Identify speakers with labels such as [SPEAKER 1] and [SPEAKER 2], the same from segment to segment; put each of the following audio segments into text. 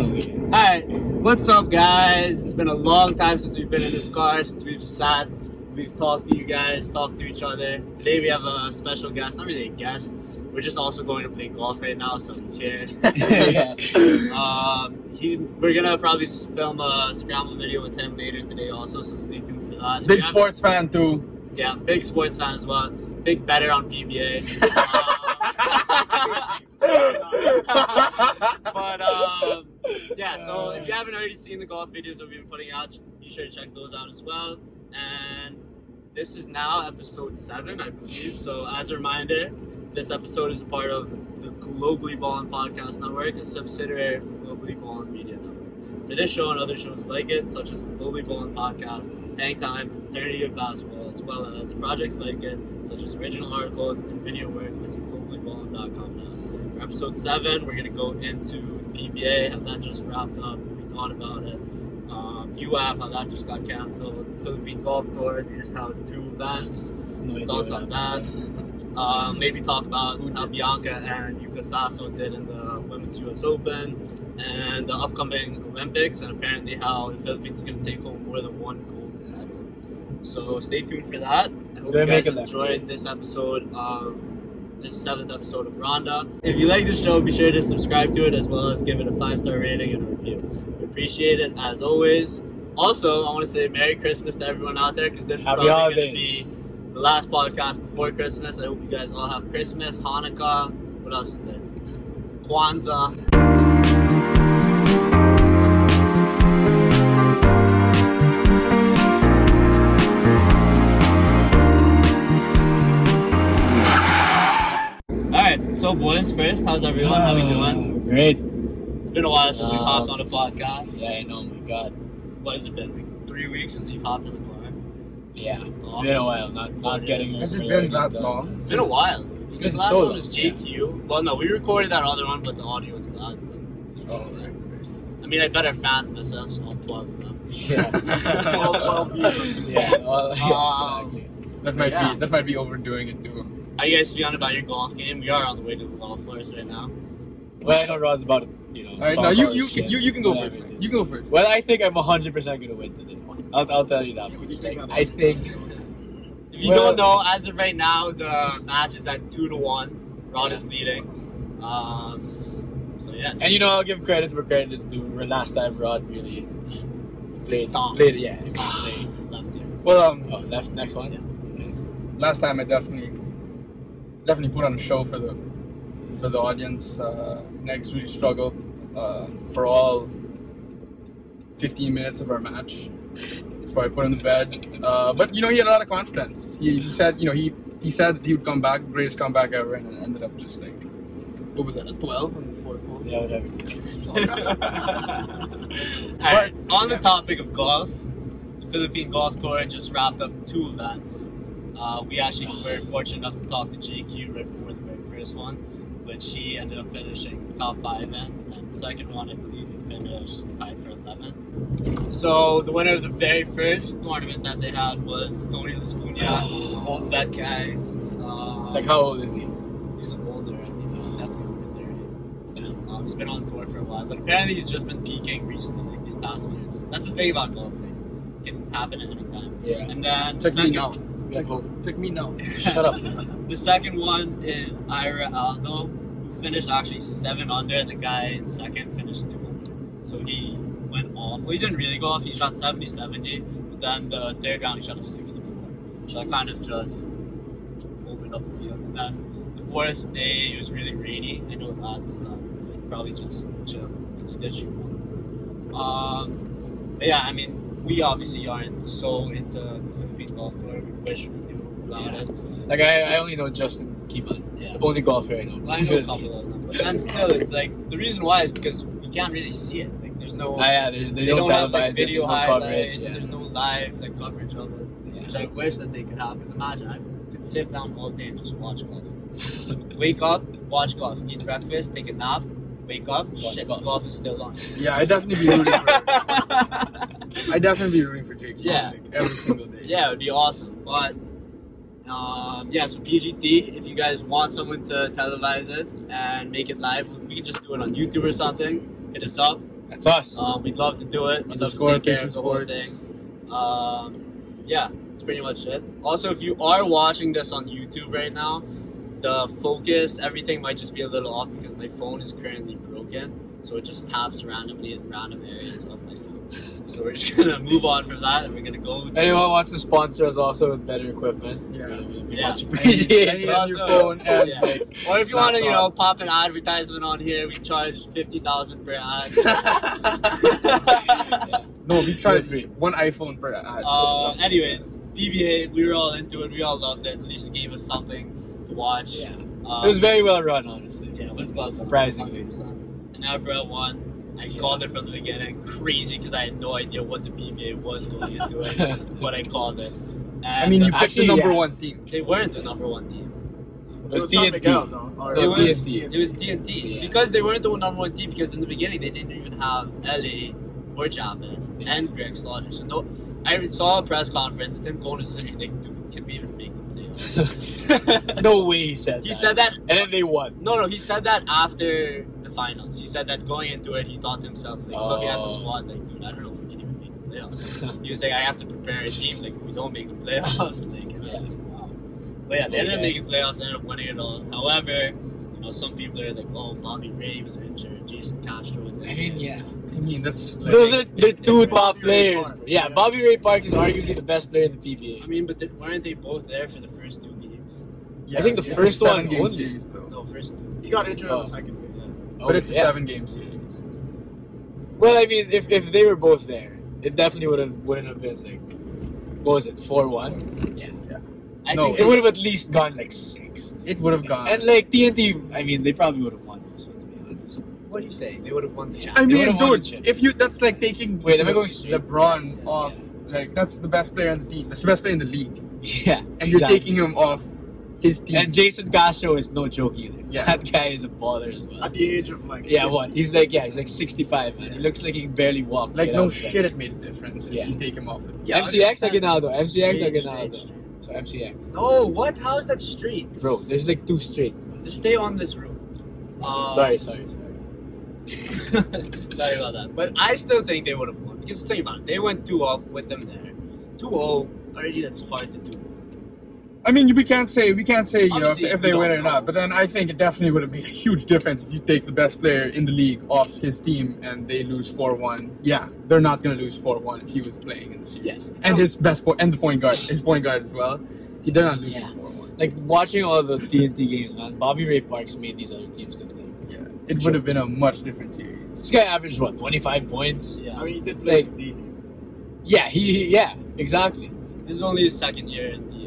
[SPEAKER 1] All right, what's up, guys? It's been a long time since we've been in this car, since we've sat, we've talked to you guys, talked to each other. Today we have a special guest, not really a guest. We're just also going to play golf right now, so he's here.
[SPEAKER 2] Yeah.
[SPEAKER 1] um, he, we're gonna probably s- film a scramble video with him later today, also. So stay tuned for that. If
[SPEAKER 2] Big
[SPEAKER 1] you haven't-
[SPEAKER 2] sports fan too.
[SPEAKER 1] yeah, big sports fan as well. Big better on PBA. Um, but um, yeah, so if you haven't already seen the golf videos that we've been putting out, be sure to check those out as well. And this is now episode seven, I believe. So as a reminder, this episode is part of the Globally Ballin Podcast Network, a subsidiary of Globally Ballin Media Network. For this show and other shows like it, such as the Globally Ballin Podcast, Hangtime, Eternity of Basketball, as well as projects like it, such as original articles and video work, visit globallyballin.com now. For episode seven, we're gonna go into PBA, how that just wrapped up, what we thought about it. Um, UAP, how that just got canceled. Philippine Golf Tour, just how two events. Thoughts on that? Um, maybe talk about how Bianca and Yuka Sasso did in the Women's U.S. Open and the upcoming Olympics, and apparently how the Philippines is going to take home more than one gold medal. So stay tuned for that. I hope
[SPEAKER 2] They're
[SPEAKER 1] you guys
[SPEAKER 2] making that
[SPEAKER 1] enjoyed this episode of this seventh episode of Ronda. If you like this show, be sure to subscribe to it as well as give it a five star rating and a review. We appreciate it as always. Also, I want to say Merry Christmas to everyone out there because this is
[SPEAKER 2] Happy
[SPEAKER 1] probably going to be
[SPEAKER 2] holidays.
[SPEAKER 1] the last podcast before Christmas. I hope you guys all have Christmas, Hanukkah. What else is there? Kwanzaa. All right, so boys, first, how's everyone? How we doing?
[SPEAKER 2] Great.
[SPEAKER 1] It's been a while since we've
[SPEAKER 2] Uh,
[SPEAKER 1] hopped on a podcast.
[SPEAKER 2] Yeah, I know. My God.
[SPEAKER 1] What has it been? Like three weeks since you've hopped in the car.
[SPEAKER 2] Yeah, it's been a while. Not not getting.
[SPEAKER 3] Has it
[SPEAKER 2] really
[SPEAKER 3] been that
[SPEAKER 2] just done.
[SPEAKER 3] long?
[SPEAKER 1] It's been a while.
[SPEAKER 2] It's
[SPEAKER 1] The
[SPEAKER 2] been
[SPEAKER 1] last
[SPEAKER 2] so
[SPEAKER 1] one was
[SPEAKER 2] long. yeah.
[SPEAKER 1] JQ. Well, no, we recorded that other one, but the audio was bad. But
[SPEAKER 2] Oh,
[SPEAKER 1] I mean, I bet our fans miss us, all 12 of them.
[SPEAKER 2] Yeah.
[SPEAKER 3] All 12 years.
[SPEAKER 2] Yeah. Well, yeah,
[SPEAKER 1] Um,
[SPEAKER 2] exactly.
[SPEAKER 3] That might
[SPEAKER 1] Yeah.
[SPEAKER 3] be that might be overdoing it too.
[SPEAKER 1] Are you guys feeling about your golf game? We are on the way to the golf course right now.
[SPEAKER 2] Well, I know Rod's about to, you know.
[SPEAKER 3] All right,
[SPEAKER 2] talk
[SPEAKER 3] now you
[SPEAKER 2] all
[SPEAKER 3] you,
[SPEAKER 2] this shit
[SPEAKER 3] you you can go
[SPEAKER 2] and
[SPEAKER 3] first.
[SPEAKER 2] everything.
[SPEAKER 3] You can go first.
[SPEAKER 2] Well, I think I'm 100% gonna win today. I'll, I'll tell you that much. Like, I think.
[SPEAKER 1] If you
[SPEAKER 2] Well-
[SPEAKER 1] don't know, as of right now, the match is at 2 to 1. Ron is leading. Um, so, yeah.
[SPEAKER 2] And you know, I'll give credit where credit is due. Where last time Rod really played,
[SPEAKER 1] Stomped.
[SPEAKER 2] played, yeah,
[SPEAKER 1] He's
[SPEAKER 2] he
[SPEAKER 1] not
[SPEAKER 2] played.
[SPEAKER 1] Ah. left here.
[SPEAKER 3] Well, um,
[SPEAKER 2] Oh, left next one. Yeah.
[SPEAKER 3] last time I definitely definitely put on a show for the for the audience. Uh, Negs really struggled uh, for all 15 minutes of our match before I put him to bed. Uh, but you know, he had a lot of confidence. He, he said, you know, he he said he would come back, greatest comeback ever, and it ended up just like what was that, a 12 and the fourth hole.
[SPEAKER 2] Yeah, whatever.
[SPEAKER 1] Alright, on the topic of golf, the Philippine Golf Tour just wrapped up two events. Uh, we actually were fortunate enough to talk to JQ right before the very first one, which he ended up finishing top five in, and the second one I believe he finished tied for 11th. So the winner of the very first tournament that they had was Tony Lascuna, old vet guy. Uh,
[SPEAKER 2] Like, how old is he?
[SPEAKER 1] He's older. I mean, he's definitely over 30. Um, he's been on tour for a while, but apparently he's just been peaking recently, like these past years. That's the thing about golf, like, it can happen at any time.
[SPEAKER 2] Yeah.
[SPEAKER 1] And then the
[SPEAKER 3] Took
[SPEAKER 1] second,
[SPEAKER 3] me now.
[SPEAKER 2] Like, oh,
[SPEAKER 3] Took me now.
[SPEAKER 2] shut up.
[SPEAKER 1] the second one is Ira Aldo, who finished actually seven under, and the guy in second finished two under. So he went off. Well, he didn't really go off. He shot 70 70, but then the third round he shot a 64. So I kind of just opened up the field. And then the fourth day it was really rainy. I know that, so that probably just chill. It's a good shoot. Um, but yeah, I mean, we obviously aren't so into the Philippine golf tour. We wish we knew about
[SPEAKER 2] Yeah.
[SPEAKER 1] it.
[SPEAKER 2] Like, I, I only know Justin Keeman. He's the only golfer I know.
[SPEAKER 1] Well, I know a couple of them, but then still, it's like the reason why is because you can't really see it. Like, there's no
[SPEAKER 2] Ah, yeah, there's, they,
[SPEAKER 1] they
[SPEAKER 2] don't,
[SPEAKER 1] have like
[SPEAKER 2] televise
[SPEAKER 1] video
[SPEAKER 2] it. There's no
[SPEAKER 1] highlights.
[SPEAKER 2] coverage. Yeah.
[SPEAKER 1] There's no live like coverage of it, which
[SPEAKER 2] Yeah.
[SPEAKER 1] I wish that they could have. Because imagine I could sit down all day and just watch golf. wake up, watch golf, eat breakfast, take a nap, wake up,
[SPEAKER 2] Watch
[SPEAKER 1] shit, golf.
[SPEAKER 2] golf.
[SPEAKER 1] is still on.
[SPEAKER 3] Yeah, I definitely be rooting for. I definitely be rooting for JQ.
[SPEAKER 1] Yeah.
[SPEAKER 3] like, every single day.
[SPEAKER 1] Yeah, it would be awesome. But um, yeah, so PGT, if you guys want someone to televise it and make it live, we can just do it on YouTube or something. Hit us up,
[SPEAKER 3] That's us.
[SPEAKER 1] Um, we'd love to do it. We'd love to
[SPEAKER 3] Underscore
[SPEAKER 1] take care
[SPEAKER 3] Patron
[SPEAKER 1] of the whole
[SPEAKER 3] Sports.
[SPEAKER 1] thing. Um, yeah, that's pretty much it. Also, if you are watching this on YouTube right now, the focus, everything might just be a little off because my phone is currently broken. So it just taps randomly in random areas of my phone. So we're just gonna move on from that, and we're gonna go. with-
[SPEAKER 2] Anyone wants to sponsor us also with better equipment?
[SPEAKER 3] Yeah.
[SPEAKER 2] It'd be
[SPEAKER 1] Yeah.
[SPEAKER 2] much
[SPEAKER 3] Any-
[SPEAKER 2] appreciated.
[SPEAKER 3] any of your
[SPEAKER 1] Also-
[SPEAKER 3] phone and
[SPEAKER 1] yeah.
[SPEAKER 3] like,
[SPEAKER 1] Or if you want to, you know,
[SPEAKER 3] Laptop.
[SPEAKER 1] pop an advertisement on here, we charge fifty thousand per ad.
[SPEAKER 3] no, we tried
[SPEAKER 2] Agree.
[SPEAKER 3] one iPhone per ad.
[SPEAKER 1] uh, anyways, BBA, we were all into it. We all loved it. At least it gave us something to watch.
[SPEAKER 2] Yeah.
[SPEAKER 1] Um,
[SPEAKER 2] It was very well run, honestly.
[SPEAKER 1] yeah, it was about
[SPEAKER 2] Surprisingly.
[SPEAKER 1] 100%. And Abra won. I called it from the beginning, crazy because I had no idea what the BBA was going into it, but I called it. And
[SPEAKER 3] I mean, you picked
[SPEAKER 2] Actually,
[SPEAKER 3] the number
[SPEAKER 2] yeah.
[SPEAKER 3] one team.
[SPEAKER 1] they weren't the number one team.
[SPEAKER 2] It
[SPEAKER 4] There
[SPEAKER 2] was
[SPEAKER 4] was something else,
[SPEAKER 2] TNT.
[SPEAKER 4] though.
[SPEAKER 2] It
[SPEAKER 4] Or-
[SPEAKER 1] was
[SPEAKER 2] TNT.
[SPEAKER 1] It was D and T
[SPEAKER 2] Yeah.
[SPEAKER 1] because they weren't the number one team because in the beginning they didn't even have LA or Japan
[SPEAKER 2] Yeah.
[SPEAKER 1] and Greg Slaughter. So no, I saw a press conference. Tim Cohn was literally like, "Dude, can we even make the playoffs?"
[SPEAKER 2] No way he said
[SPEAKER 1] He
[SPEAKER 2] that.
[SPEAKER 1] said that
[SPEAKER 2] And then they won.
[SPEAKER 1] No, no, he said that after the finals. He said that going into it, he thought to himself, like, looking at the
[SPEAKER 2] Oh.
[SPEAKER 1] squad, like, dude, I don't know if we can even make the playoffs. he was like, I have to prepare a team, like, if we don't make the playoffs, like, and I was like, wow. But yeah, they ended up
[SPEAKER 2] Okay.
[SPEAKER 1] making playoffs, they ended up winning it all. However, you know, some people are like, oh, Bobby Ray was injured, Jason Castro was injured.
[SPEAKER 2] I mean, yeah.
[SPEAKER 3] I mean, that's like,
[SPEAKER 2] Those are they're two
[SPEAKER 1] Bobby
[SPEAKER 2] top
[SPEAKER 4] Ray
[SPEAKER 2] players.
[SPEAKER 4] Parks,
[SPEAKER 2] Yeah,
[SPEAKER 4] yeah.
[SPEAKER 2] Bobby Ray Parks is arguably the best player in the
[SPEAKER 1] I
[SPEAKER 2] PBA.
[SPEAKER 1] mean, but th- weren't they both there for the first two games?
[SPEAKER 3] yeah,
[SPEAKER 2] I think the
[SPEAKER 3] it's a
[SPEAKER 2] first one
[SPEAKER 3] seven-game
[SPEAKER 2] only.
[SPEAKER 3] series, though.
[SPEAKER 1] No, first two.
[SPEAKER 4] He got injured on
[SPEAKER 2] Oh.
[SPEAKER 4] the second game.
[SPEAKER 3] but it's a
[SPEAKER 2] yeah.
[SPEAKER 3] seven-game series.
[SPEAKER 2] Well, I mean, if, if they were both there, it definitely wouldn't wouldn't have been like what was it four one?
[SPEAKER 1] I
[SPEAKER 3] No,
[SPEAKER 1] think
[SPEAKER 2] It would have at least gone like six.
[SPEAKER 3] It would have gone.
[SPEAKER 2] And like TNT, I mean, they probably would have won. Also, to be honest.
[SPEAKER 1] What are you saying? They would have won the
[SPEAKER 3] I
[SPEAKER 2] They
[SPEAKER 1] championship.
[SPEAKER 3] mean,
[SPEAKER 2] would've won the
[SPEAKER 3] dude,
[SPEAKER 2] chip.
[SPEAKER 3] if you that's like taking
[SPEAKER 2] Wait, am I going straight?
[SPEAKER 3] LeBron
[SPEAKER 1] Yes, yeah,
[SPEAKER 3] off. Like that's the best player on the team. That's the best player in the league,
[SPEAKER 2] Yeah,
[SPEAKER 3] and you're
[SPEAKER 2] exactly.
[SPEAKER 3] taking him off his team.
[SPEAKER 2] And Jason Castro is no joke either.
[SPEAKER 3] Yeah.
[SPEAKER 2] That guy is a baller as well.
[SPEAKER 4] At the age of like.
[SPEAKER 2] Yeah,
[SPEAKER 4] 50.
[SPEAKER 2] what? He's like, yeah, he's like 65, man. He looks like he can barely walk.
[SPEAKER 3] like
[SPEAKER 2] Get
[SPEAKER 3] no
[SPEAKER 2] out of bed.
[SPEAKER 3] shit, it made a difference if
[SPEAKER 2] Yeah.
[SPEAKER 3] you take him off the team.
[SPEAKER 1] Yeah,
[SPEAKER 2] MCX
[SPEAKER 1] 100%.
[SPEAKER 2] Aguinaldo. MCX
[SPEAKER 1] Straight,
[SPEAKER 2] Aguinaldo.
[SPEAKER 1] straight,
[SPEAKER 2] So MCX.
[SPEAKER 1] No, what? How is that straight?
[SPEAKER 2] Bro, there's like two straights, man.
[SPEAKER 1] Just stay on this road. Uh,
[SPEAKER 2] sorry, sorry, sorry.
[SPEAKER 1] sorry about that. But I still think they would have won because think about it. They went 2 up with them there. 2 0 already. That's hard to do.
[SPEAKER 3] I mean, we can't say we can't say you know if,
[SPEAKER 1] Obviously,
[SPEAKER 3] if
[SPEAKER 1] we
[SPEAKER 3] they
[SPEAKER 1] don't
[SPEAKER 3] win or
[SPEAKER 1] know.
[SPEAKER 3] not. But then I think it definitely would have made a huge difference if you take the best player in the league off his team and they lose four one. Yeah, they're not gonna lose four one if he was playing in the series.
[SPEAKER 1] Yes.
[SPEAKER 3] And his best point and the point guard, his point guard as well. He- They're not
[SPEAKER 2] Yeah.
[SPEAKER 3] losing four one.
[SPEAKER 2] Like watching all the TNT games, man. Bobby Ray Parks made these other teams look like.
[SPEAKER 3] Yeah, it would have been a much different series.
[SPEAKER 2] This guy averaged what, 25 points?
[SPEAKER 1] Yeah.
[SPEAKER 4] I mean, he did play
[SPEAKER 2] Like-
[SPEAKER 4] D.
[SPEAKER 2] Yeah, he, he yeah, exactly.
[SPEAKER 1] This is only his second year in the. Uh,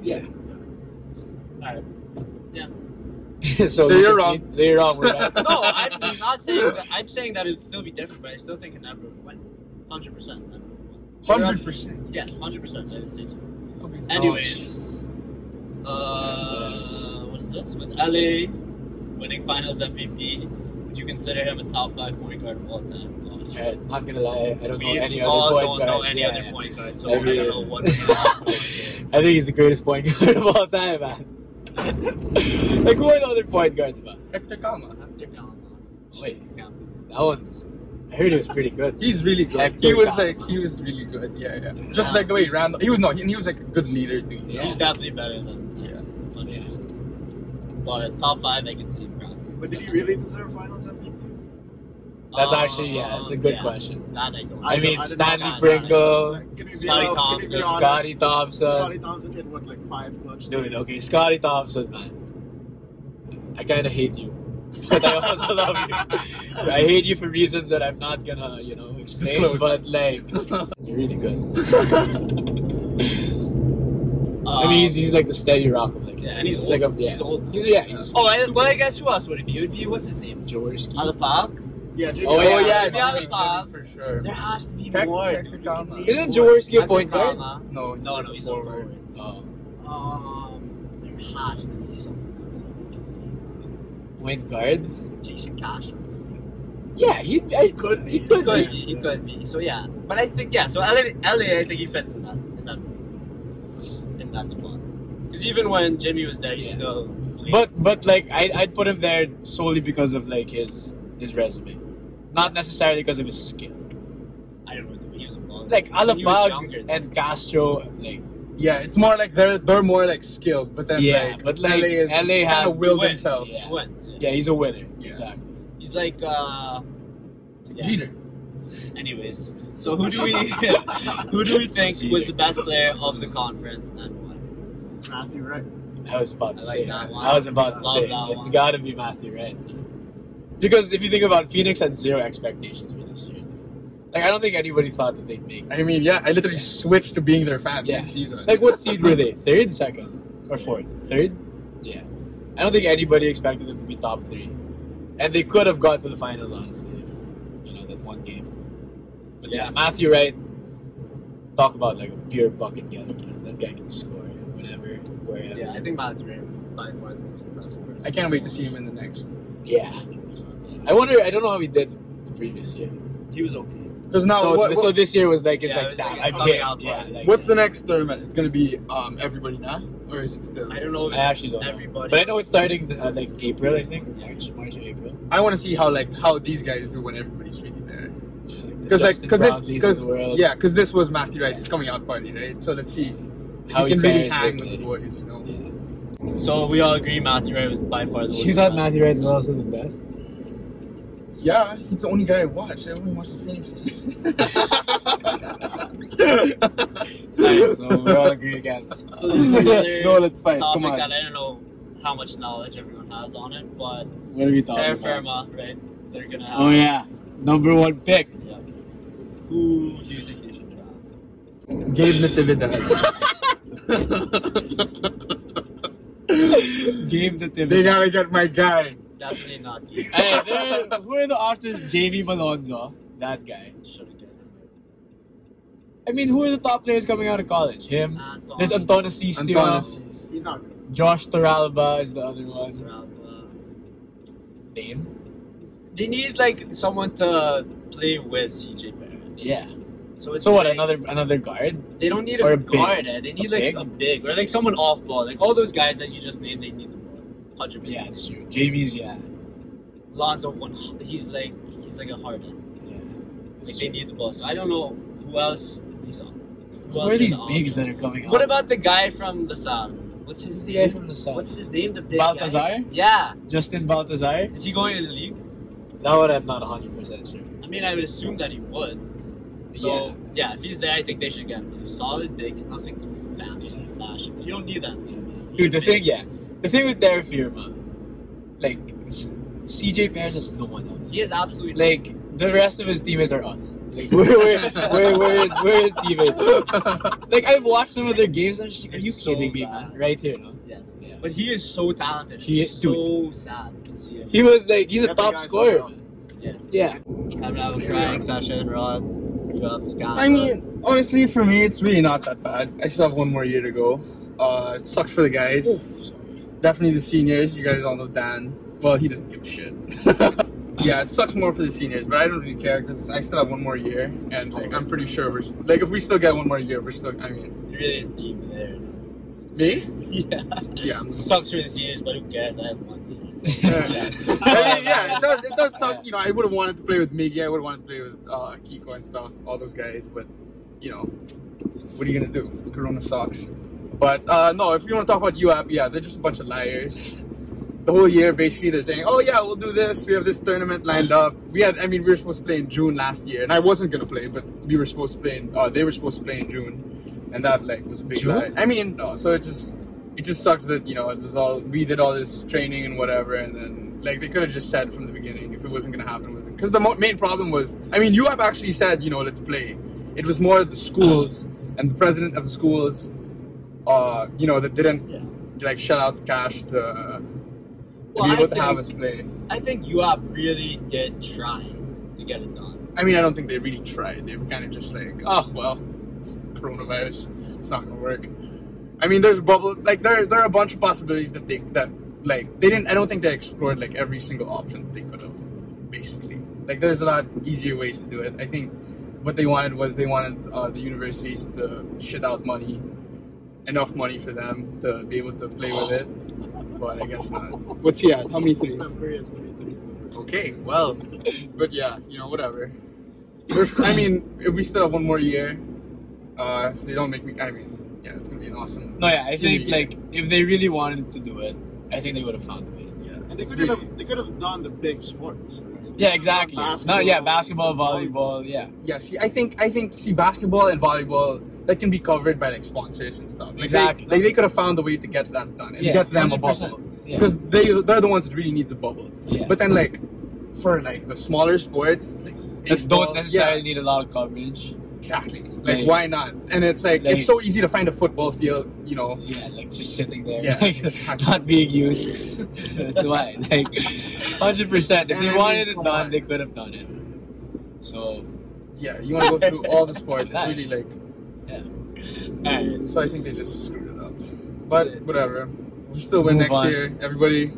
[SPEAKER 2] Yeah.
[SPEAKER 1] Alright.
[SPEAKER 2] so,
[SPEAKER 3] So
[SPEAKER 2] we can
[SPEAKER 3] you're wrong.
[SPEAKER 2] see- so you're wrong. We're right.
[SPEAKER 1] no, I'm not saying that. I'm saying that it would still be different, but I still think Anabra would win. 100%.
[SPEAKER 3] Hundred percent.
[SPEAKER 1] Yes, 100%. I would say so.
[SPEAKER 3] Okay.
[SPEAKER 1] Anyways. Uh, what is this? With LA winning finals MVP, would you consider him a top five point guard of all time? Honestly.
[SPEAKER 2] Alright, not gonna lie, I don't know
[SPEAKER 1] We
[SPEAKER 2] any
[SPEAKER 1] all
[SPEAKER 2] other point
[SPEAKER 1] don't know
[SPEAKER 2] guards.
[SPEAKER 1] any
[SPEAKER 2] Yeah,
[SPEAKER 1] other
[SPEAKER 2] yeah.
[SPEAKER 1] point guard, so
[SPEAKER 2] I
[SPEAKER 1] I,
[SPEAKER 2] mean-
[SPEAKER 1] don't know what. yeah,
[SPEAKER 2] I think he's the greatest point guard of all time, man. like, who are the other point guards about?
[SPEAKER 3] Hector Kama.
[SPEAKER 2] Wait. That one's. I heard he was pretty good.
[SPEAKER 3] He's really good.
[SPEAKER 2] Hector
[SPEAKER 3] he was
[SPEAKER 2] Kama.
[SPEAKER 3] like he was really good. Yeah, yeah. Just
[SPEAKER 1] Yeah.
[SPEAKER 3] like the way he ran. He was no. He, he was like a good leader too. you know?
[SPEAKER 1] He's definitely better than.
[SPEAKER 3] Yeah.
[SPEAKER 1] Yeah. But top five, I can see him. probably.
[SPEAKER 4] But did he really deserve finals MVP?
[SPEAKER 2] That's
[SPEAKER 1] Uh,
[SPEAKER 2] actually yeah. That's a good
[SPEAKER 1] Um, yeah,
[SPEAKER 2] question.
[SPEAKER 1] That I don't.
[SPEAKER 2] I,
[SPEAKER 4] I
[SPEAKER 2] mean,
[SPEAKER 4] don't- I don't know
[SPEAKER 2] Stanley
[SPEAKER 1] that.
[SPEAKER 2] Pringle,
[SPEAKER 4] Like, can we be
[SPEAKER 1] Scotty
[SPEAKER 4] hon- can we
[SPEAKER 1] Thompson,
[SPEAKER 4] be honest?
[SPEAKER 2] Scotty Thompson,
[SPEAKER 4] Scotty Thompson hit what like five clutch.
[SPEAKER 2] dude.
[SPEAKER 4] threes?
[SPEAKER 2] Okay, Scotty Thompson, man. I kind of hate you, but I also love you. I hate you for reasons that I'm not gonna, you know, explain.
[SPEAKER 3] Disclose.
[SPEAKER 2] But like,
[SPEAKER 3] Oh,
[SPEAKER 2] you're really good.
[SPEAKER 1] Uh,
[SPEAKER 2] I mean, he's, he's like the steady rock of like.
[SPEAKER 1] yeah, and he's old.
[SPEAKER 2] like a yeah.
[SPEAKER 1] He's old.
[SPEAKER 2] He's yeah. He's
[SPEAKER 1] Oh, I, well, I guess who else would it be? It would be what's his name?
[SPEAKER 2] Jaworski.
[SPEAKER 1] Alapak.
[SPEAKER 4] Yeah, Jimmy
[SPEAKER 2] Oh,
[SPEAKER 3] Oh
[SPEAKER 4] Butler.
[SPEAKER 3] yeah,
[SPEAKER 1] Yeah,
[SPEAKER 3] Jimmy
[SPEAKER 1] yeah.
[SPEAKER 3] Jimmy for sure.
[SPEAKER 1] There has to be
[SPEAKER 3] Peck-
[SPEAKER 1] more.
[SPEAKER 3] Peck
[SPEAKER 1] dude.
[SPEAKER 3] Kama.
[SPEAKER 1] You can name
[SPEAKER 2] Isn't
[SPEAKER 1] more.
[SPEAKER 2] Jaworski a point
[SPEAKER 1] Peck
[SPEAKER 2] guard?
[SPEAKER 1] Kama.
[SPEAKER 3] No,
[SPEAKER 1] No, no, he's a forward.
[SPEAKER 2] Oh,
[SPEAKER 1] Um, there has to be someone
[SPEAKER 2] point guard.
[SPEAKER 1] else. Jason Castro.
[SPEAKER 2] Yeah, he I,
[SPEAKER 4] could be.
[SPEAKER 2] He could.
[SPEAKER 1] He could
[SPEAKER 2] be.
[SPEAKER 1] be. He could be. So yeah, but I think yeah. So LA, LA I think he fits in that in that in that spot. Because even when Jimmy was there, he
[SPEAKER 2] Yeah.
[SPEAKER 1] still. Played.
[SPEAKER 2] But but like I I'd put him there solely because of like his his resume. Not necessarily because of his skill.
[SPEAKER 1] I don't know. He was a baller.
[SPEAKER 2] Like
[SPEAKER 1] When he was younger,
[SPEAKER 2] Alabag and Castro, like
[SPEAKER 3] Yeah, it's more like they're they're more like skilled, but then
[SPEAKER 2] yeah,
[SPEAKER 3] like,
[SPEAKER 2] but like
[SPEAKER 3] LA is
[SPEAKER 2] LA
[SPEAKER 3] kind
[SPEAKER 2] has
[SPEAKER 3] of willed
[SPEAKER 1] win.
[SPEAKER 3] himself.
[SPEAKER 1] he
[SPEAKER 2] Yeah.
[SPEAKER 1] wins.
[SPEAKER 2] yeah, he's a winner.
[SPEAKER 3] Yeah.
[SPEAKER 2] Exactly.
[SPEAKER 1] He's like, uh, yeah.
[SPEAKER 3] Jeter.
[SPEAKER 1] Anyways, so who do we who do we think was the best player of the conference and why?
[SPEAKER 4] Matthew, right?
[SPEAKER 2] I was about to
[SPEAKER 1] I like
[SPEAKER 2] say.
[SPEAKER 1] that one.
[SPEAKER 2] I was about to
[SPEAKER 1] Love
[SPEAKER 2] say.
[SPEAKER 1] that
[SPEAKER 2] It's
[SPEAKER 1] one.
[SPEAKER 2] got to be Matthew Wright. Because if you think about it, Phoenix had zero expectations for this year. Like I don't think anybody thought that they'd make.
[SPEAKER 3] I mean, yeah, I literally switched to being their fan
[SPEAKER 2] Yeah.
[SPEAKER 3] mid-season.
[SPEAKER 2] Like what seed were they? Third, second, or fourth? Third. Yeah. I don't think anybody expected them to be top three, and they could have got to the finals honestly if you know that one game. But yeah,
[SPEAKER 1] Yeah.
[SPEAKER 2] Matthew Wright. Talk about like a pure bucket getter. That guy can score whenever, wherever.
[SPEAKER 1] Yeah, I think Matthew was by far the most impressive. person.
[SPEAKER 3] I can't wait to see him in the next.
[SPEAKER 2] yeah. I wonder. I don't know how he did the previous year.
[SPEAKER 1] He was okay.
[SPEAKER 3] Because now,
[SPEAKER 2] so,
[SPEAKER 3] what,
[SPEAKER 2] th- so
[SPEAKER 3] what-
[SPEAKER 2] this year was like it's
[SPEAKER 1] Yeah,
[SPEAKER 2] like
[SPEAKER 1] it was
[SPEAKER 2] that.
[SPEAKER 1] like
[SPEAKER 2] I
[SPEAKER 1] coming
[SPEAKER 2] can't-
[SPEAKER 1] out
[SPEAKER 2] yeah,
[SPEAKER 1] party.
[SPEAKER 2] like,
[SPEAKER 3] what's the next tournament? It's gonna be um, everybody now, or is it still?
[SPEAKER 1] I don't know if
[SPEAKER 2] I
[SPEAKER 1] it's
[SPEAKER 2] actually don't. Know.
[SPEAKER 1] everybody.
[SPEAKER 2] But I know it's starting uh, like April, I think, March, March, or April.
[SPEAKER 3] I want to see how like how these guys do when everybody's really there.
[SPEAKER 2] Because
[SPEAKER 3] Because like, because this,
[SPEAKER 2] because
[SPEAKER 3] because yeah, because this was Matthew Wright's coming out party, right? So let's see if
[SPEAKER 2] How
[SPEAKER 3] he can
[SPEAKER 2] he
[SPEAKER 3] really
[SPEAKER 2] fares
[SPEAKER 3] hang
[SPEAKER 2] with
[SPEAKER 3] with the
[SPEAKER 2] it.
[SPEAKER 3] boys, you know.
[SPEAKER 1] So we all agree Matthew Wright was by far the most.
[SPEAKER 2] You thought
[SPEAKER 1] impressive.
[SPEAKER 2] Matthew Wright was also the best?
[SPEAKER 3] Yeah, he's the only guy I watch. I only watch the Phoenix.
[SPEAKER 2] Alright, so we all agree again.
[SPEAKER 1] So this is another
[SPEAKER 3] no, let's fight.
[SPEAKER 1] topic
[SPEAKER 3] Come on.
[SPEAKER 1] that I don't know how much knowledge everyone has on it, but
[SPEAKER 2] What are we talking
[SPEAKER 1] Terra
[SPEAKER 2] about?
[SPEAKER 1] Firma, right? They're gonna have.
[SPEAKER 2] Oh yeah, number one pick.
[SPEAKER 1] Yeah. Who do you think they should draft?
[SPEAKER 3] Gabe Natividad.
[SPEAKER 2] Game the
[SPEAKER 3] they
[SPEAKER 2] Timmy.
[SPEAKER 3] gotta get my guy.
[SPEAKER 1] Definitely not. Gabe.
[SPEAKER 2] Hey, there- who are the options? JV Malonzo, that guy.
[SPEAKER 1] Should've get him.
[SPEAKER 2] I mean, who are the top players coming out of college? Him.
[SPEAKER 1] Anton
[SPEAKER 2] There's Antonis Stewart.
[SPEAKER 3] Antonis.
[SPEAKER 4] He's not good.
[SPEAKER 2] Josh Toralba is the other one.
[SPEAKER 1] Toralba.
[SPEAKER 2] Dane.
[SPEAKER 1] They need like someone to play with CJ Barrett.
[SPEAKER 2] Yeah.
[SPEAKER 1] So it's
[SPEAKER 2] So what?
[SPEAKER 1] like-
[SPEAKER 2] Another another guard?
[SPEAKER 1] They don't need a,
[SPEAKER 2] or a big?
[SPEAKER 1] guard. eh? They need
[SPEAKER 2] A
[SPEAKER 1] like
[SPEAKER 2] big?
[SPEAKER 1] a big or like someone off ball. Like all those guys that you just named, they need the ball. Hundred
[SPEAKER 2] Yeah,
[SPEAKER 1] percent.
[SPEAKER 2] it's true. JV's yeah.
[SPEAKER 1] Lonzo, one. He's like he's like a hard end.
[SPEAKER 2] Yeah.
[SPEAKER 1] Like
[SPEAKER 2] It's
[SPEAKER 1] they
[SPEAKER 2] true.
[SPEAKER 1] need the ball. So I don't know who else these. Who
[SPEAKER 2] Who
[SPEAKER 1] else
[SPEAKER 2] are these
[SPEAKER 1] the
[SPEAKER 2] bigs
[SPEAKER 1] options.
[SPEAKER 2] that are coming out?
[SPEAKER 1] What about the guy from the South? What's his
[SPEAKER 2] Who's the guy
[SPEAKER 1] name?
[SPEAKER 2] from the south?
[SPEAKER 1] What's his name? The big guy?
[SPEAKER 2] Baltazar?
[SPEAKER 1] Yeah.
[SPEAKER 2] Justin Baltazar?
[SPEAKER 1] Is he going to the league?
[SPEAKER 2] That one I'm not 100 percent sure.
[SPEAKER 1] I mean, I would assume that he would. So yeah. if he's there, I think they should get him. He's a solid big. He's nothing fancy, flashy. You don't need that.
[SPEAKER 2] Dude, the thing, yeah, the thing with their firma, like C- CJ Pairs has no one else.
[SPEAKER 1] He is absolutely
[SPEAKER 2] Like the rest of his teammates are us. Like where, where, where, where is where is teammates? Like I've watched some of their games. I'm just like, are
[SPEAKER 1] It's
[SPEAKER 2] you
[SPEAKER 1] so
[SPEAKER 2] kidding me,
[SPEAKER 1] bad.
[SPEAKER 2] man? Right here, no.
[SPEAKER 1] Yes.
[SPEAKER 2] Yeah.
[SPEAKER 1] But he is so talented.
[SPEAKER 2] He-
[SPEAKER 1] It's so sad to see him.
[SPEAKER 2] He was like, he's
[SPEAKER 4] Yeah,
[SPEAKER 2] a
[SPEAKER 4] the
[SPEAKER 2] top
[SPEAKER 4] guy's um,
[SPEAKER 2] scorer.
[SPEAKER 4] up.
[SPEAKER 2] man. Yeah.
[SPEAKER 1] Time to have a crying session, Rod. You got this guy.
[SPEAKER 3] I mean, honestly, for me, it's really not that bad. I still have one more year to go. Uh, it sucks for the guys. Definitely the seniors. You guys all know Dan. Well, he doesn't give a shit. yeah, it sucks more for the seniors, but I don't really care because I still have one more year, and like I'm pretty sure we're st- like if we still get one more year, we're still. I mean,
[SPEAKER 1] You're really deep there.
[SPEAKER 3] me?
[SPEAKER 1] Yeah.
[SPEAKER 3] Yeah. I'm-
[SPEAKER 1] Sucks for the seniors, but who cares? I have one.
[SPEAKER 3] Yeah. I mean, yeah, it does. It does suck. You know, I would have wanted to play with Miggy. I would have wanted to play with uh, Kiko and stuff, all those guys. But you know, what are you gonna do? Corona sucks. But uh, no, if you want to talk about UAP, yeah, they're just a bunch of liars. The whole year, basically, they're saying, "Oh yeah, we'll do this. We have this tournament lined up. We had, I mean, we were supposed to play in June last year, and I wasn't gonna play, but we were supposed to play in. Uh, they were supposed to play in June, and that like was a big
[SPEAKER 2] June?
[SPEAKER 3] lie. I mean, no, so it just it just sucks that you know it was all we did all this training and whatever, and then like they could have just said from the beginning if it wasn't gonna happen, it wasn't because the mo- main problem was, I mean, UAP actually said, you know, let's play. It was more the schools and the president of the schools, uh, you know, that didn't
[SPEAKER 1] Yeah.
[SPEAKER 3] like shell out the cash to, uh, to
[SPEAKER 1] Well,
[SPEAKER 3] be
[SPEAKER 1] I
[SPEAKER 3] able
[SPEAKER 1] think,
[SPEAKER 3] to have us play.
[SPEAKER 1] I think UAP really did try to get it done.
[SPEAKER 3] I mean, I don't think they really tried. They were kind of just like, oh well, it's coronavirus, it's not gonna work. I mean, there's bubble like there there are a bunch of possibilities that they that like they didn't. I don't think they explored like every single option they could have. Basically, like there's a lot easier ways to do it. I think what they wanted was they wanted uh, the universities to shit out money, enough money for them to be able to play with it. But I guess not. What's he at? How many
[SPEAKER 4] He's
[SPEAKER 3] threes?
[SPEAKER 4] not Korea's three threes in the first
[SPEAKER 3] Okay, well, but yeah, you know, whatever. We're- I mean, if we still have one more year, uh, if they don't make me, I mean, yeah, it's gonna be an awesome.
[SPEAKER 2] No, yeah, I
[SPEAKER 3] senior
[SPEAKER 2] think
[SPEAKER 3] year.
[SPEAKER 2] like if they really wanted to do it, I think they would have found a way. to do it.
[SPEAKER 3] yeah,
[SPEAKER 4] And they could have they could have done the big sports. Right?
[SPEAKER 2] Yeah, exactly. no, yeah, basketball, volleyball, yeah,
[SPEAKER 3] yeah. See, I think I think see basketball and volleyball that can be covered by like sponsors and stuff. Like, they-
[SPEAKER 2] Exactly.
[SPEAKER 3] like they could have found a way to get that done and
[SPEAKER 2] Yeah,
[SPEAKER 3] get them a
[SPEAKER 2] 100%.
[SPEAKER 3] bubble
[SPEAKER 2] yeah,
[SPEAKER 3] because they they're the ones that really needs a bubble.
[SPEAKER 2] yeah.
[SPEAKER 3] But then like for like the smaller sports, like,
[SPEAKER 2] That
[SPEAKER 3] baseball-
[SPEAKER 2] don't
[SPEAKER 3] yeah,
[SPEAKER 2] necessarily need a lot of coverage.
[SPEAKER 3] exactly. Like,
[SPEAKER 2] Like-
[SPEAKER 3] why not? And it's like,
[SPEAKER 2] Like-
[SPEAKER 3] it's so easy to find a football field, you know.
[SPEAKER 2] Yeah, like just sitting there,
[SPEAKER 3] Yeah,
[SPEAKER 2] like,
[SPEAKER 3] exactly.
[SPEAKER 2] not being used. That's why, like, hundred percent. If
[SPEAKER 3] And I
[SPEAKER 2] they
[SPEAKER 3] mean,
[SPEAKER 2] wanted it
[SPEAKER 3] come
[SPEAKER 2] done,
[SPEAKER 3] on.
[SPEAKER 2] they could have done it. So,
[SPEAKER 3] Yeah, you want to go through all the sports. It's
[SPEAKER 2] Exactly.
[SPEAKER 3] really like
[SPEAKER 2] alright,
[SPEAKER 3] so. I think they just screwed it up. But
[SPEAKER 2] So-
[SPEAKER 3] whatever, we'll still win
[SPEAKER 2] Move
[SPEAKER 3] next
[SPEAKER 2] on.
[SPEAKER 3] year. Everybody,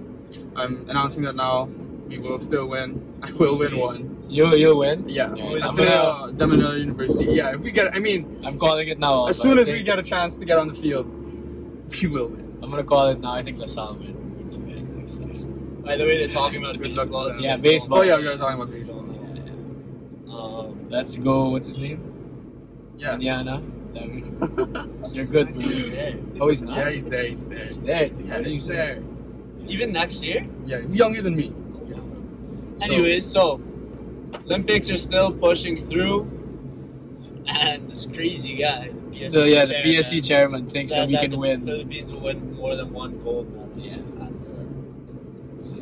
[SPEAKER 3] I'm announcing that now. We will still win. I will win one.
[SPEAKER 2] you you'll win.
[SPEAKER 3] Yeah,
[SPEAKER 2] Yeah,
[SPEAKER 3] it's
[SPEAKER 2] I'm
[SPEAKER 3] the
[SPEAKER 2] gonna-
[SPEAKER 3] uh, Demonell University. Yeah, if we get, I mean,
[SPEAKER 2] I'm calling it now.
[SPEAKER 3] as
[SPEAKER 2] also.
[SPEAKER 3] soon
[SPEAKER 2] I
[SPEAKER 3] as we
[SPEAKER 2] think-
[SPEAKER 3] get a chance to get on the field, we will win.
[SPEAKER 2] I'm gonna call it now. I think LaSalle wins. Next time.
[SPEAKER 1] By the way, they're talking about
[SPEAKER 3] Good luck
[SPEAKER 1] baseball.
[SPEAKER 3] with that.
[SPEAKER 2] Yeah,
[SPEAKER 3] Oh
[SPEAKER 2] baseball.
[SPEAKER 3] yeah, we are talking about baseball.
[SPEAKER 2] Yeah.
[SPEAKER 1] Um,
[SPEAKER 2] Let's go. What's his name?
[SPEAKER 3] Yeah,
[SPEAKER 2] Indiana. Damn it. You're good, bro.
[SPEAKER 1] yeah.
[SPEAKER 2] Oh, he's not.
[SPEAKER 3] yeah, he's there. He's there.
[SPEAKER 2] He's there. dude.
[SPEAKER 3] Yeah,
[SPEAKER 2] What do you
[SPEAKER 3] he's
[SPEAKER 2] say?
[SPEAKER 3] there.
[SPEAKER 1] Even next year?
[SPEAKER 3] Yeah, he's younger than me.
[SPEAKER 1] Anyways, so Olympics are still pushing through, and this crazy guy, the BSC
[SPEAKER 2] So yeah, the
[SPEAKER 1] chairman,
[SPEAKER 2] BSC chairman thinks
[SPEAKER 1] said
[SPEAKER 2] that we can
[SPEAKER 1] the
[SPEAKER 2] win.
[SPEAKER 1] Philippines will win more than one gold medal.
[SPEAKER 2] Yeah.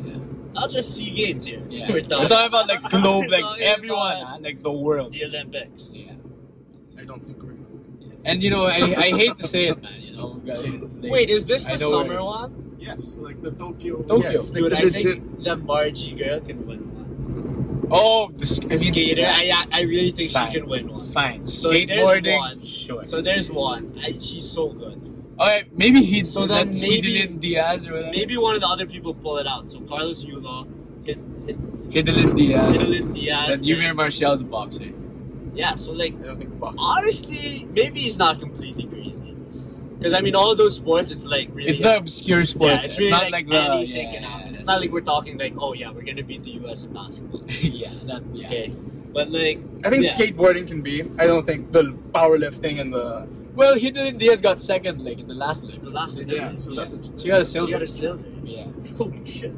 [SPEAKER 2] Yeah.
[SPEAKER 1] Not just sea games here.
[SPEAKER 2] Yeah.
[SPEAKER 1] We're talking
[SPEAKER 2] about like
[SPEAKER 1] We're
[SPEAKER 2] globe, like
[SPEAKER 1] talking
[SPEAKER 2] everyone,
[SPEAKER 1] about
[SPEAKER 2] huh? like the world.
[SPEAKER 1] the Olympics.
[SPEAKER 2] Yeah.
[SPEAKER 3] I don't think we're.
[SPEAKER 2] And you know, I, I hate to say it, man. You know, like,
[SPEAKER 1] Wait, is this
[SPEAKER 2] I
[SPEAKER 1] the
[SPEAKER 2] know where-
[SPEAKER 1] summer one?
[SPEAKER 4] Yes, like the Tokyo.
[SPEAKER 2] Tokyo.
[SPEAKER 3] Yes, like
[SPEAKER 1] Dude,
[SPEAKER 3] the
[SPEAKER 1] I
[SPEAKER 3] legit.
[SPEAKER 1] think the Margie girl can win one.
[SPEAKER 2] Oh, the sk- I
[SPEAKER 1] The
[SPEAKER 2] mean,
[SPEAKER 1] skater,
[SPEAKER 2] yeah,
[SPEAKER 1] I, I really think
[SPEAKER 2] Fine.
[SPEAKER 1] she can win one.
[SPEAKER 2] Fine,
[SPEAKER 1] So there's one.
[SPEAKER 2] skateboarding. Sure.
[SPEAKER 1] So there's one. I, she's so good.
[SPEAKER 2] All right, maybe he.
[SPEAKER 1] So
[SPEAKER 2] So
[SPEAKER 1] then
[SPEAKER 2] then he
[SPEAKER 1] maybe-
[SPEAKER 2] did Diaz or whatever.
[SPEAKER 1] Maybe one of the other people pull it out. So Carlos Yulo, hit, hit,
[SPEAKER 2] Hidalyn Diaz.
[SPEAKER 1] Ritalin Diaz.
[SPEAKER 2] But Yumir Martial's a boxer.
[SPEAKER 1] Yeah, so like
[SPEAKER 3] I don't think boxing.
[SPEAKER 1] honestly, maybe he's not completely crazy. Because I mean, all those sports, it's like really.
[SPEAKER 2] It's the obscure sport.
[SPEAKER 1] yeah, it's really
[SPEAKER 2] not
[SPEAKER 1] like,
[SPEAKER 2] like, the
[SPEAKER 1] anything
[SPEAKER 2] yeah,
[SPEAKER 1] can happen.
[SPEAKER 2] yeah,
[SPEAKER 1] it's not like we're talking like, oh yeah, we're gonna beat the U.S. in basketball.
[SPEAKER 2] yeah, that, yeah.
[SPEAKER 1] Okay, but like
[SPEAKER 3] I think
[SPEAKER 1] Yeah.
[SPEAKER 3] skateboarding can be. I don't think the powerlifting and the
[SPEAKER 2] Well, Hidalyn Diaz got second leg in the last leg.
[SPEAKER 1] the last one,
[SPEAKER 4] Yeah, so that's a.
[SPEAKER 2] She got a
[SPEAKER 1] she got
[SPEAKER 2] silver.
[SPEAKER 1] a silver.
[SPEAKER 2] Yeah.
[SPEAKER 1] Holy shit!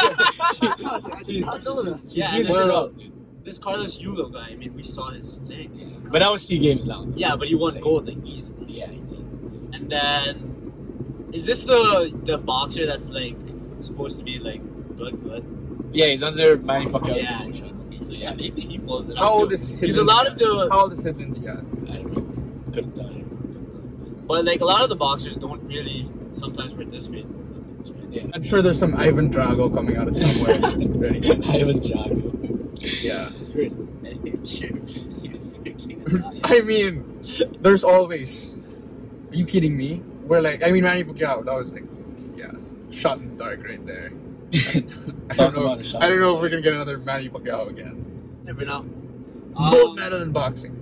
[SPEAKER 4] I was like, I did not know that.
[SPEAKER 1] Yeah,
[SPEAKER 2] She's
[SPEAKER 1] and
[SPEAKER 2] really
[SPEAKER 1] this,
[SPEAKER 2] well, dude.
[SPEAKER 1] this Carlos Yulo guy. I mean, we saw his thing.
[SPEAKER 2] Yeah. But that was sea games now.
[SPEAKER 1] Yeah, but he won gold like easily.
[SPEAKER 2] Yeah, he did.
[SPEAKER 1] And then, is this the the boxer that's like supposed to be like good, good?
[SPEAKER 2] Yeah, he's under Manny Pacquiao's
[SPEAKER 1] Yeah.
[SPEAKER 2] promotion.
[SPEAKER 1] Okay, so yeah, maybe he blows it up.
[SPEAKER 3] how old
[SPEAKER 1] too.
[SPEAKER 3] is Hidden
[SPEAKER 1] Because a lot of
[SPEAKER 3] Diaz?
[SPEAKER 1] the-
[SPEAKER 3] how old is Hidden Diaz?
[SPEAKER 2] I don't know. Couldn't tell you.
[SPEAKER 1] But like a lot of the boxers don't really sometimes participate. in the Olympics, right?
[SPEAKER 2] Yeah.
[SPEAKER 3] I'm sure there's some Ivan Drago coming out of somewhere. Ready?
[SPEAKER 2] I haven't jogged.
[SPEAKER 3] Yeah.
[SPEAKER 1] Sure. You freaking
[SPEAKER 3] I mean, there's always. Are you kidding me? We're like, I mean, Manny Pacquiao. That was like, yeah, shot in the dark right there. I
[SPEAKER 2] Talk
[SPEAKER 3] don't know.
[SPEAKER 2] about a shot
[SPEAKER 3] I
[SPEAKER 2] in
[SPEAKER 3] don't
[SPEAKER 2] the
[SPEAKER 3] know if we're gonna get another Manny Pacquiao again.
[SPEAKER 1] Never know. Uh,
[SPEAKER 3] Gold medal in boxing.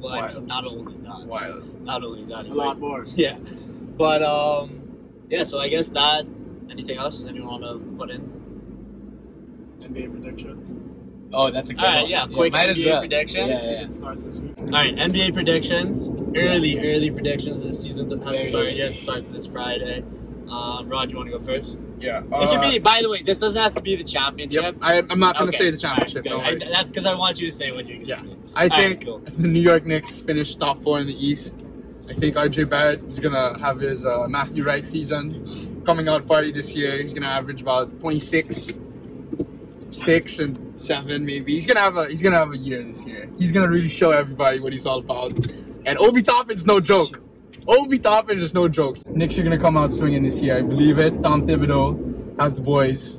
[SPEAKER 1] Well, I mean,
[SPEAKER 3] Wild.
[SPEAKER 1] not only that.
[SPEAKER 3] Wild.
[SPEAKER 1] Not only that.
[SPEAKER 4] A
[SPEAKER 1] like-
[SPEAKER 4] lot more.
[SPEAKER 1] Yeah. But um, yeah. So I guess that. Anything else? Anyone want to put in?
[SPEAKER 4] NBA predictions.
[SPEAKER 2] Oh, that's a good
[SPEAKER 1] All right.
[SPEAKER 2] one.
[SPEAKER 1] Yeah. Quick
[SPEAKER 2] might as
[SPEAKER 1] NBA
[SPEAKER 2] well.
[SPEAKER 1] predictions.
[SPEAKER 2] Yeah, yeah.
[SPEAKER 4] Season starts this week.
[SPEAKER 1] All right, NBA predictions. Early, early predictions this season that hasn't
[SPEAKER 2] Very
[SPEAKER 1] started yet.
[SPEAKER 2] early.
[SPEAKER 1] Starts this Friday. Um, Rod, you want to go first?
[SPEAKER 3] Yeah.
[SPEAKER 1] it
[SPEAKER 3] uh,
[SPEAKER 1] can be. By the way, this doesn't have to be the championship.
[SPEAKER 3] Yep. I, I'm not gonna
[SPEAKER 1] Okay.
[SPEAKER 3] say the championship.
[SPEAKER 1] All
[SPEAKER 3] Don't
[SPEAKER 1] right,
[SPEAKER 3] worry.
[SPEAKER 1] good. I, that because I want you to say what you're gonna
[SPEAKER 3] Yeah.
[SPEAKER 1] say.
[SPEAKER 3] I
[SPEAKER 1] All
[SPEAKER 3] think
[SPEAKER 1] right, cool.
[SPEAKER 3] the New York Knicks finished top four in the East. I think RJ Barrett is gonna have his uh, Matthew Wright season coming out party this year. He's gonna average about 26, six and seven maybe. He's gonna have a he's gonna have a year this year. He's gonna really show everybody what he's all about. And Obi Toppin's no joke. Obi Toppin is no joke. Knicks are gonna come out swinging this year. I believe it. Tom Thibodeau has the boys.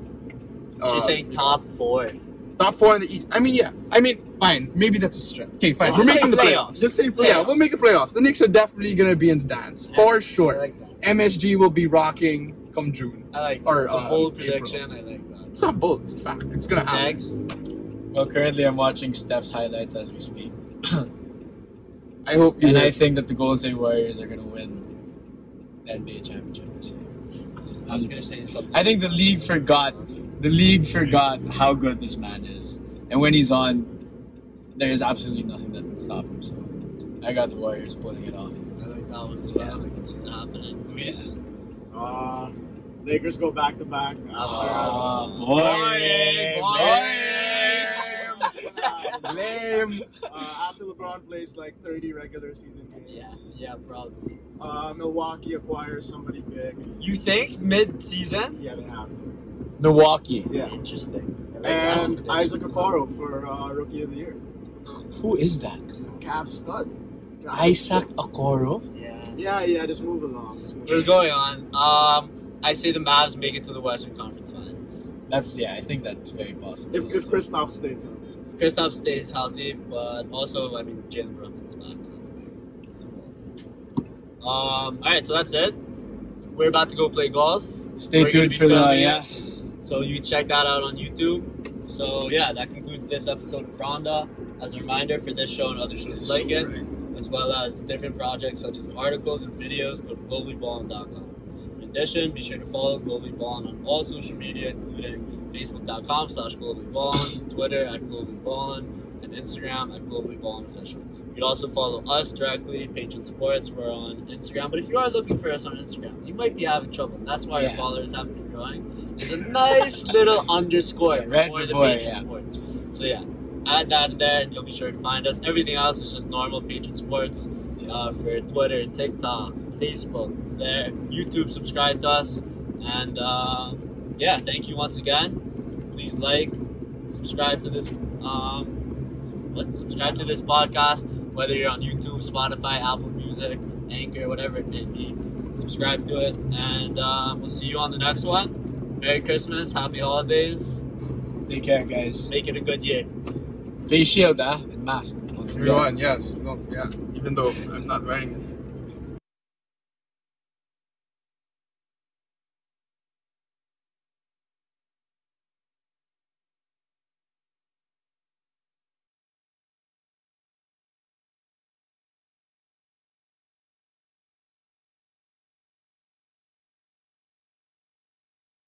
[SPEAKER 3] Uh,
[SPEAKER 1] She's saying top four.
[SPEAKER 3] Top four in the East. I mean, yeah. I mean, fine. Maybe that's a stretch. Okay, fine.
[SPEAKER 1] Just
[SPEAKER 3] We're
[SPEAKER 1] say
[SPEAKER 3] making the
[SPEAKER 1] playoffs.
[SPEAKER 3] playoffs.
[SPEAKER 1] Just say
[SPEAKER 3] Yeah,
[SPEAKER 1] playoffs.
[SPEAKER 3] we'll make the playoffs. The Knicks are definitely going to be in the dance
[SPEAKER 1] Yeah.
[SPEAKER 3] for
[SPEAKER 1] I
[SPEAKER 3] sure.
[SPEAKER 1] like that.
[SPEAKER 3] MSG will be rocking come June.
[SPEAKER 1] I like.
[SPEAKER 3] Or,
[SPEAKER 1] it's a
[SPEAKER 3] uh,
[SPEAKER 1] bold
[SPEAKER 3] April. Um,
[SPEAKER 1] prediction. I like that.
[SPEAKER 3] It's not bold. It's a fact. It's going to happen.
[SPEAKER 1] Next.
[SPEAKER 2] Well, currently I'm watching Steph's highlights as we speak,
[SPEAKER 3] I hope you.
[SPEAKER 2] and I
[SPEAKER 3] guys-
[SPEAKER 2] think that the Golden State Warriors are gonna win the NBA championship this year.
[SPEAKER 1] I was gonna say something.
[SPEAKER 2] I think the league forgot the league forgot how good this man is, and when he's on, there is absolutely nothing that can stop him. So I got the Warriors pulling it off.
[SPEAKER 1] I like that one as
[SPEAKER 2] well.
[SPEAKER 1] well. I can see that happening. Luis?
[SPEAKER 4] Uh, Lakers go back to back after. uh,
[SPEAKER 2] Ah,
[SPEAKER 1] Boring,
[SPEAKER 2] boring.
[SPEAKER 4] uh,
[SPEAKER 2] Lame.
[SPEAKER 4] uh, after LeBron plays like 30 regular season games,
[SPEAKER 1] Yeah, yeah, bro.
[SPEAKER 4] uh, Milwaukee acquires somebody big.
[SPEAKER 1] You think mid-season?
[SPEAKER 4] Yeah, they have to.
[SPEAKER 2] Milwaukee.
[SPEAKER 4] Yeah.
[SPEAKER 1] Interesting. I like that.
[SPEAKER 4] And Isaac Okoro for uh, Rookie of the Year.
[SPEAKER 2] Who is that?
[SPEAKER 4] Cavs stud.
[SPEAKER 2] Isaac Okoro.
[SPEAKER 1] Yeah.
[SPEAKER 4] Yeah, yeah, just move along. Just move
[SPEAKER 1] We're
[SPEAKER 4] along.
[SPEAKER 1] going on. Um, I say the Mavs make it to the Western Conference Finals.
[SPEAKER 2] That's yeah. I think that's very possible.
[SPEAKER 4] If, if Kristaps stays healthy.
[SPEAKER 1] Kristaps stays healthy, but also I mean Jalen Brunson's back, so that's big. as well. Um, all right, so that's it. We're about to go play golf,
[SPEAKER 2] Stay
[SPEAKER 1] We're gonna
[SPEAKER 2] tuned
[SPEAKER 1] be
[SPEAKER 2] for the
[SPEAKER 1] filming
[SPEAKER 2] yeah.
[SPEAKER 1] so you can check that out on YouTube. So yeah, that concludes this episode of Ronda. As a reminder for this show and other shows like it, as well as different projects such as articles and videos, go to globallyballin.com. In addition, be sure to follow Globally Ballin on all social media, including facebook.com slash globallyballin, Twitter at globallyballin, and Instagram at globallyballinofficial. You can also follow us directly, Patron Sports, we're on Instagram. But if you are looking for us on Instagram, you might be having trouble. That's why
[SPEAKER 2] Yeah.
[SPEAKER 1] your followers haven't been growing. There's a nice little underscore
[SPEAKER 2] Yeah, right
[SPEAKER 1] before the
[SPEAKER 2] before,
[SPEAKER 1] Patron
[SPEAKER 2] yeah.
[SPEAKER 1] Sports. So yeah, add that in there and you'll be sure to find us. Everything else is just normal Patron Sports uh, for Twitter, TikTok, Facebook. It's there. YouTube, subscribe to us. And uh, yeah, thank you once again. Please like, subscribe to this. Um, what? Subscribe to this podcast, whether you're on YouTube, Spotify, Apple Music, Anchor, whatever it may be. Subscribe to it, and uh, we'll see you on the next one. Merry Christmas, Happy Holidays.
[SPEAKER 2] Take care, guys.
[SPEAKER 1] Make it a good year.
[SPEAKER 2] Face shield, ah, and mask. Don't forget.
[SPEAKER 3] Everyone, yes, no, yeah. Even though I'm not wearing it.